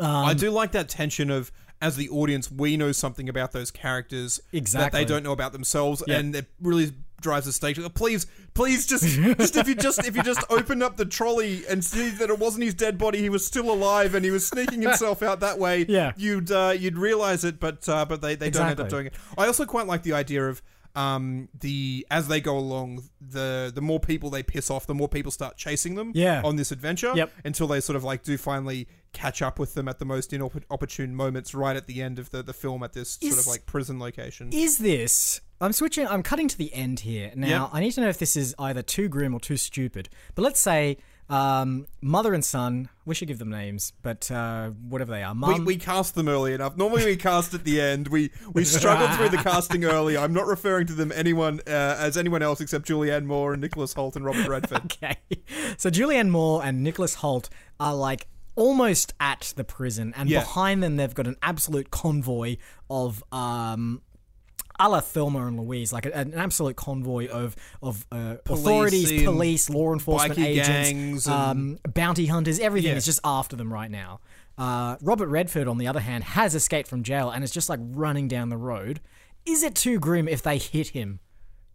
S1: I
S2: Um,
S1: do like that tension of, as the audience, we know something about those characters
S2: Exactly.
S1: that they don't know about themselves,
S2: Yeah.
S1: and it really drives the stake. Please, please, just, just if you just if you just open up the trolley and see that it wasn't his dead body, he was still alive and he was sneaking himself out that way.
S2: Yeah.
S1: you'd uh, you'd realize it, but uh, but they, they don't end up
S2: Exactly.
S1: doing it. I also quite like the idea of. Um, the as they go along, the the more people they piss off, the more people start chasing them.
S2: Yeah.
S1: on this adventure
S2: Yep.
S1: until they sort of like do finally catch up with them at the most inopportune moments right at the end of the, the film at this sort
S2: Is-
S1: of like prison location.
S2: is this I'm switching I'm cutting to the end here. Now
S1: Yep.
S2: I need to know if this is either too grim or too stupid. But let's say um, mother and son, we should give them names, but uh, whatever they are.
S1: we,
S2: Mum
S1: we cast them early enough. Normally we cast at the end. We we struggled through the casting early. I'm not referring to them anyone uh, as anyone else except Julianne Moore and Nicholas Holt and Robert Redford.
S2: Okay. So Julianne Moore and Nicholas Holt are like almost at the prison and
S1: Yeah.
S2: behind them they've got an absolute convoy of um a la Thelma and Louise, like a- an absolute convoy of of uh, authorities,
S1: and
S2: police, law enforcement
S1: bikie
S2: agents,
S1: gangs and-
S2: um, bounty hunters. Everything
S1: Yeah.
S2: is just after them right now. Uh, Robert Redford, on the other hand, has escaped from jail and is just like running down the road. Is it too grim if they hit him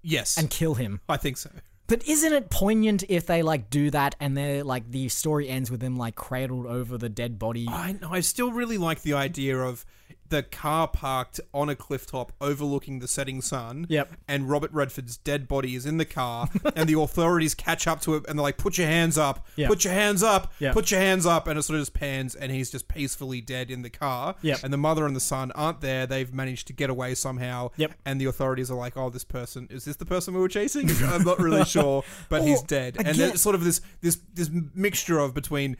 S1: Yes,
S2: and kill him?
S1: I think so.
S2: But isn't it poignant if they like do that and they're like the story ends with them like cradled over the dead body?
S1: I I still really like the idea of the car parked on a clifftop overlooking the setting sun.
S2: Yep.
S1: And Robert Redford's dead body is in the car, and the authorities catch up to it, and they're like, "Put your hands up!
S2: Yep.
S1: Put your hands up!
S2: Yep.
S1: Put your hands up!" And it sort of just pans, and he's just peacefully dead in the car.
S2: Yep.
S1: And the mother and the son aren't there; they've managed to get away somehow.
S2: Yep.
S1: And the authorities are like, "Oh, this person is this the person we were chasing? I'm not really sure, but
S2: Or,
S1: he's dead." And
S2: again-
S1: there's sort of this this this mixture of between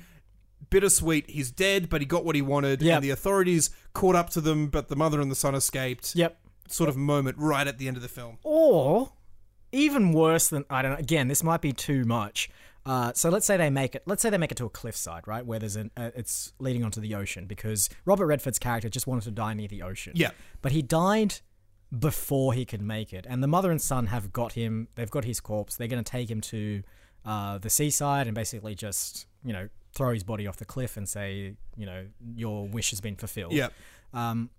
S1: bittersweet. He's dead, but he got what he wanted.
S2: Yep.
S1: And the authorities caught up to them, but the mother and the son escaped.
S2: Yep.
S1: Sort of moment right at the end of the film.
S2: Oh. Or even worse than I don't know. Again, this might be too much. Uh, so let's say they make it. Let's say they make it to a cliffside, right, where there's an uh, it's leading onto the ocean because Robert Redford's character just wanted to die near the ocean.
S1: Yeah.
S2: But he died before he could make it. And the mother and son have got him. They've got his corpse. They're going to take him to uh, the seaside and basically just you know throw his body off the cliff and say you know your wish has been fulfilled.
S1: Yep.
S2: Um,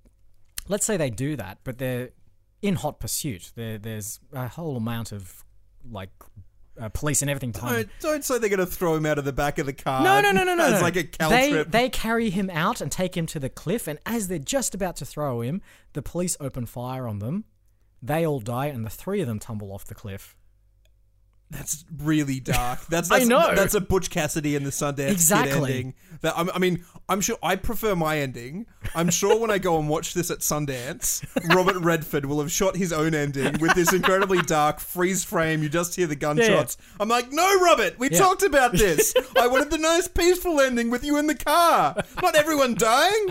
S2: let's say they do that, but they're in hot pursuit. There, there's a whole amount of like uh, police and everything. behind
S1: Don't, don't say they're going to throw him out of the back of the car.
S2: no, no, no, no, no.
S1: uh, As
S2: no.
S1: like a
S2: they,
S1: caltrip.
S2: They carry him out and take him to the cliff, and as they're just about to throw him, the police open fire on them. They all die, and the three of them tumble off the cliff.
S1: That's really dark. That's, that's
S2: I know.
S1: That's a Butch Cassidy and the Sundance Kid
S2: Exactly.
S1: ending. That I'm- I mean, I'm sure I prefer my ending. I'm sure when I go and watch this at Sundance, Robert Redford will have shot his own ending with this incredibly dark freeze frame. You just hear the gunshots. I'm like, no, Robert, we
S2: Yeah.
S1: talked about this. I wanted the nice peaceful ending with you in the car, not everyone dying.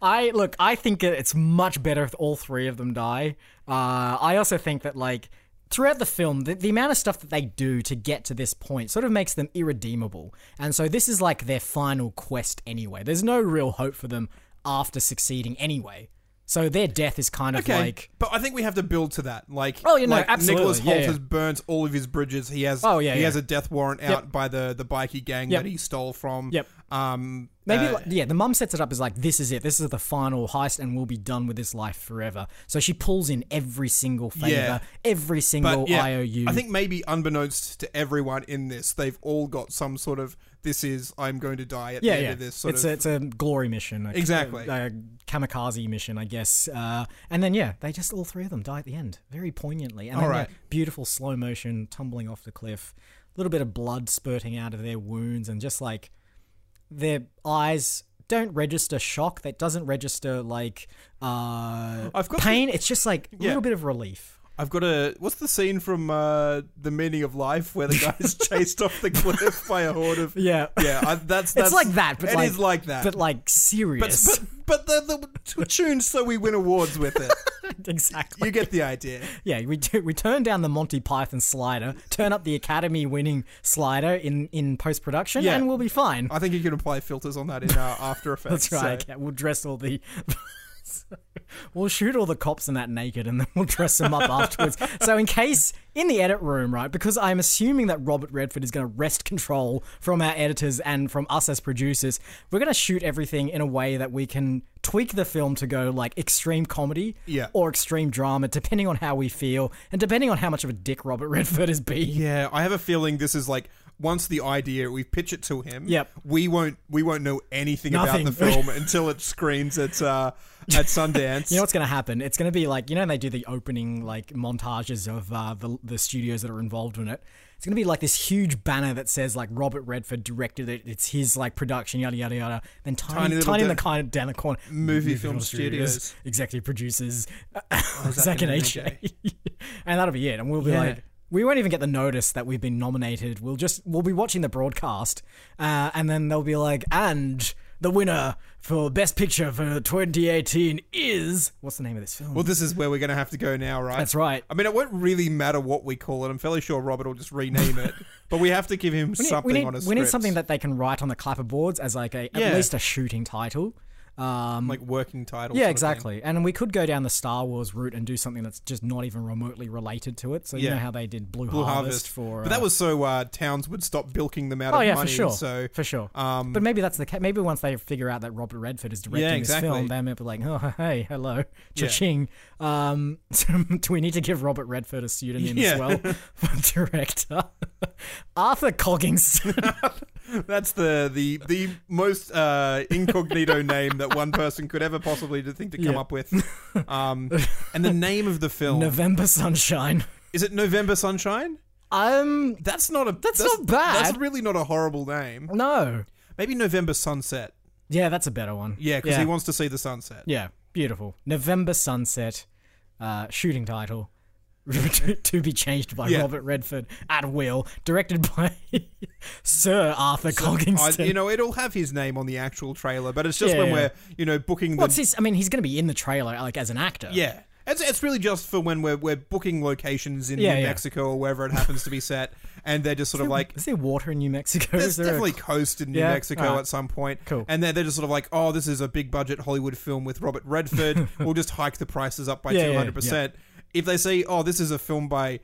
S2: I look. I think it- it's much better if all three of them die. Uh, I also think that like throughout the film, the, the amount of stuff that they do to get to this point sort of makes them irredeemable. And so this is like their final quest anyway. There's no real hope for them after succeeding anyway. So their death is kind of
S1: Okay,
S2: like
S1: but I think we have to build to that. Like,
S2: Oh, you know,
S1: like
S2: absolutely,
S1: Nicholas
S2: yeah,
S1: Holt
S2: yeah.
S1: has burnt all of his bridges. He has,
S2: Oh, yeah,
S1: he
S2: yeah.
S1: has a death warrant
S2: Yep.
S1: out by the the bikie gang
S2: Yep.
S1: that he stole from.
S2: Yep.
S1: Um,
S2: Maybe
S1: uh,
S2: like, yeah, the mum sets it up as like this is it. This is the final heist, and we'll be done with this life forever. So she pulls in every single favor,
S1: Yeah.
S2: every single
S1: yeah,
S2: IOU.
S1: I think maybe unbeknownst to everyone in this, they've all got some sort of this is I'm going to die at
S2: yeah,
S1: the end
S2: yeah.
S1: of this sort
S2: it's
S1: of.
S2: a, it's a glory mission, a-
S1: Exactly.
S2: a, a kamikaze mission, I guess. Uh, and then yeah, they just all three of them die at the end, very poignantly. And
S1: All
S2: then, yeah,
S1: right.
S2: beautiful slow motion tumbling off the cliff, a little bit of blood spurting out of their wounds, and just like their eyes don't register shock. That doesn't register like uh,
S1: I've got
S2: pain. it's just like a
S1: Yeah.
S2: little bit of relief.
S1: I've got a. What's the scene from uh, The Meaning of Life where the guy's chased off the cliff by a horde of.
S2: Yeah.
S1: Yeah, I, that's, that's.
S2: It's like that, but
S1: it
S2: like,
S1: is like that.
S2: but like
S1: But,
S2: serious.
S1: but, but the, the tuned so we win awards with it.
S2: exactly.
S1: You get the idea.
S2: Yeah, we do, we turn down the Monty Python slider, turn up the Academy winning slider in, in post production,
S1: Yeah.
S2: and we'll be fine.
S1: I think you can apply filters on that in uh, After Effects.
S2: That's right.
S1: so-
S2: okay, We'll dress all the. we'll shoot all the cops in that naked and then we'll dress them up afterwards. So, in case in the edit room, right, because I'm assuming that Robert Redford is going to wrest control from our editors and from us as producers, we're going to shoot everything in a way that we can tweak the film to go like extreme comedy
S1: Yeah.
S2: or extreme drama, depending on how we feel and depending on how much of a dick Robert Redford is being.
S1: Yeah, I have a feeling this is like once the idea we pitch it to him.
S2: Yep.
S1: We won't we won't know anything
S2: Nothing.
S1: about the film until it screens at uh, at Sundance.
S2: You know what's going to happen? It's going to be like you know when they do the opening like montages of uh, the the studios that are involved in it. It's going to be like this huge banner that says like Robert Redford directed it. It's his like production, yada yada yada. Then
S1: Tiny
S2: tiny,
S1: little
S2: tiny, in the
S1: de-
S2: kind of down the corner,
S1: Movie Film Studios. Oh,
S2: executive producers, Zach and
S1: and
S2: AJ, and that'll be it. And we'll be
S1: Yeah.
S2: like. We won't even get the notice that we've been nominated. We'll just we'll be watching the broadcast, uh, and then they'll be like, "And the winner for Best Picture for 2018 is what's the name of this film?"
S1: well, this is where we're going to have to go now, right?
S2: That's right.
S1: I mean, it won't really matter what we call it. I'm fairly sure Robert will just rename it, but we have to give him
S2: we need,
S1: something
S2: we need,
S1: on a
S2: we
S1: script.
S2: need something that they can write on the clapperboards as like a at
S1: Yeah.
S2: least a shooting title. Um,
S1: like working title.
S2: yeah,
S1: sort of thing.
S2: exactly. And we could go down the Star Wars route and do something that's just not even remotely related to it. So you
S1: Yeah.
S2: know how they did Blue,
S1: Blue Harvest
S2: Harvest, for
S1: but that
S2: uh,
S1: was so uh, towns would stop bilking them out
S2: Oh
S1: of
S2: yeah,
S1: money.
S2: for sure.
S1: So
S2: for sure.
S1: um,
S2: but maybe that's the case. Maybe once they figure out that Robert Redford is directing
S1: Yeah,
S2: this film,
S1: exactly.
S2: they might be like, "Oh, hey, hello,
S1: Yeah.
S2: cha-ching." Um, do we need to give Robert Redford a pseudonym as
S1: Yeah.
S2: well for director? Arthur Coggins.
S1: Oh. That's the the the most uh, incognito name that one person could ever possibly to think to come
S2: Yeah.
S1: up with. Um, and the name of the film
S2: November Sunshine.
S1: is it November Sunshine?
S2: Um,
S1: That's not a
S2: That's not bad.
S1: That's really not a horrible name.
S2: no.
S1: Maybe November Sunset.
S2: Yeah, that's a better one.
S1: Yeah, because
S2: yeah.
S1: he wants to see the sunset.
S2: Yeah, beautiful. November Sunset, uh, shooting title. to, to be changed by
S1: Yeah.
S2: Robert Redford at will, directed by Sir Arthur
S1: I,
S2: Coggingston.
S1: you know, it'll have his name on the actual trailer, but it's just
S2: Yeah,
S1: when
S2: yeah.
S1: we're you know booking
S2: What's
S1: the
S2: his? I mean, he's going to be in the trailer, like as an actor.
S1: yeah. It's, it's really just for when we're, we're booking locations in
S2: Yeah,
S1: New
S2: yeah.
S1: Mexico or wherever it happens to be set, and they're just sort of like
S2: is there water in New Mexico?
S1: there's
S2: Is there a-
S1: definitely coast in New
S2: Yeah?
S1: Mexico
S2: Alright.
S1: at some point.
S2: Cool.
S1: And they're, they're just sort of like, oh, this is a big budget Hollywood film with Robert Redford. we'll just hike the prices up by
S2: Yeah, yeah,
S1: 200%. If they say, oh, this is a film by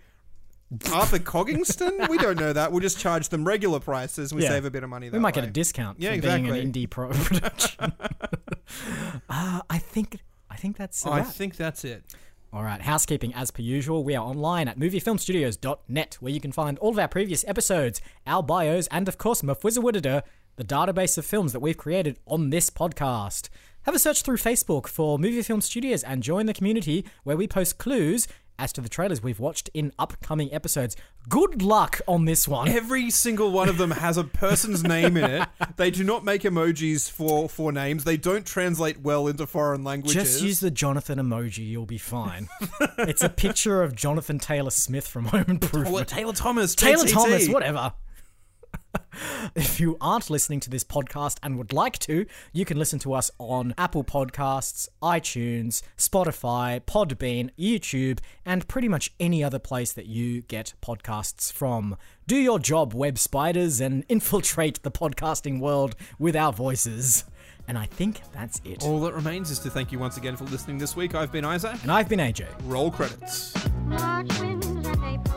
S1: Arthur Coggingston, we don't know that. We'll just charge them regular prices. We
S2: Yeah.
S1: save a bit of money that
S2: We might
S1: way.
S2: get a discount
S1: Yeah,
S2: for being
S1: exactly.
S2: an indie pro- production. uh, I think I think that's a
S1: I
S2: wrap.
S1: think that's it.
S2: All right, housekeeping as per usual. We are online at moviefilmstudios.net where you can find all of our previous episodes, our bios, and of course, Mufwizawudada, the database of films that we've created on this podcast. Have a search through Facebook for Movie Film Studios and join the community where we post clues as to the trailers we've watched in upcoming episodes. Good luck on this one.
S1: Every single one of them has a person's name in it. They do not make emojis for, for names. They don't translate well into foreign languages.
S2: Just use the Jonathan emoji, you'll be fine. it's a picture of Jonathan Taylor Smith from Home Improvement.
S1: Taylor, Oh, Taylor Thomas.
S2: Taylor
S1: JTT.
S2: Thomas, whatever. if you aren't listening to this podcast and would like to, you can listen to us on Apple Podcasts, iTunes, Spotify, Podbean, YouTube, and pretty much any other place that you get podcasts from. Do your job, web spiders, and infiltrate the podcasting world with our voices. And I think that's it.
S1: All that remains is to thank you once again for listening this week. I've been Isaac.
S2: And I've been AJ.
S1: Roll credits.
S12: March winds and April.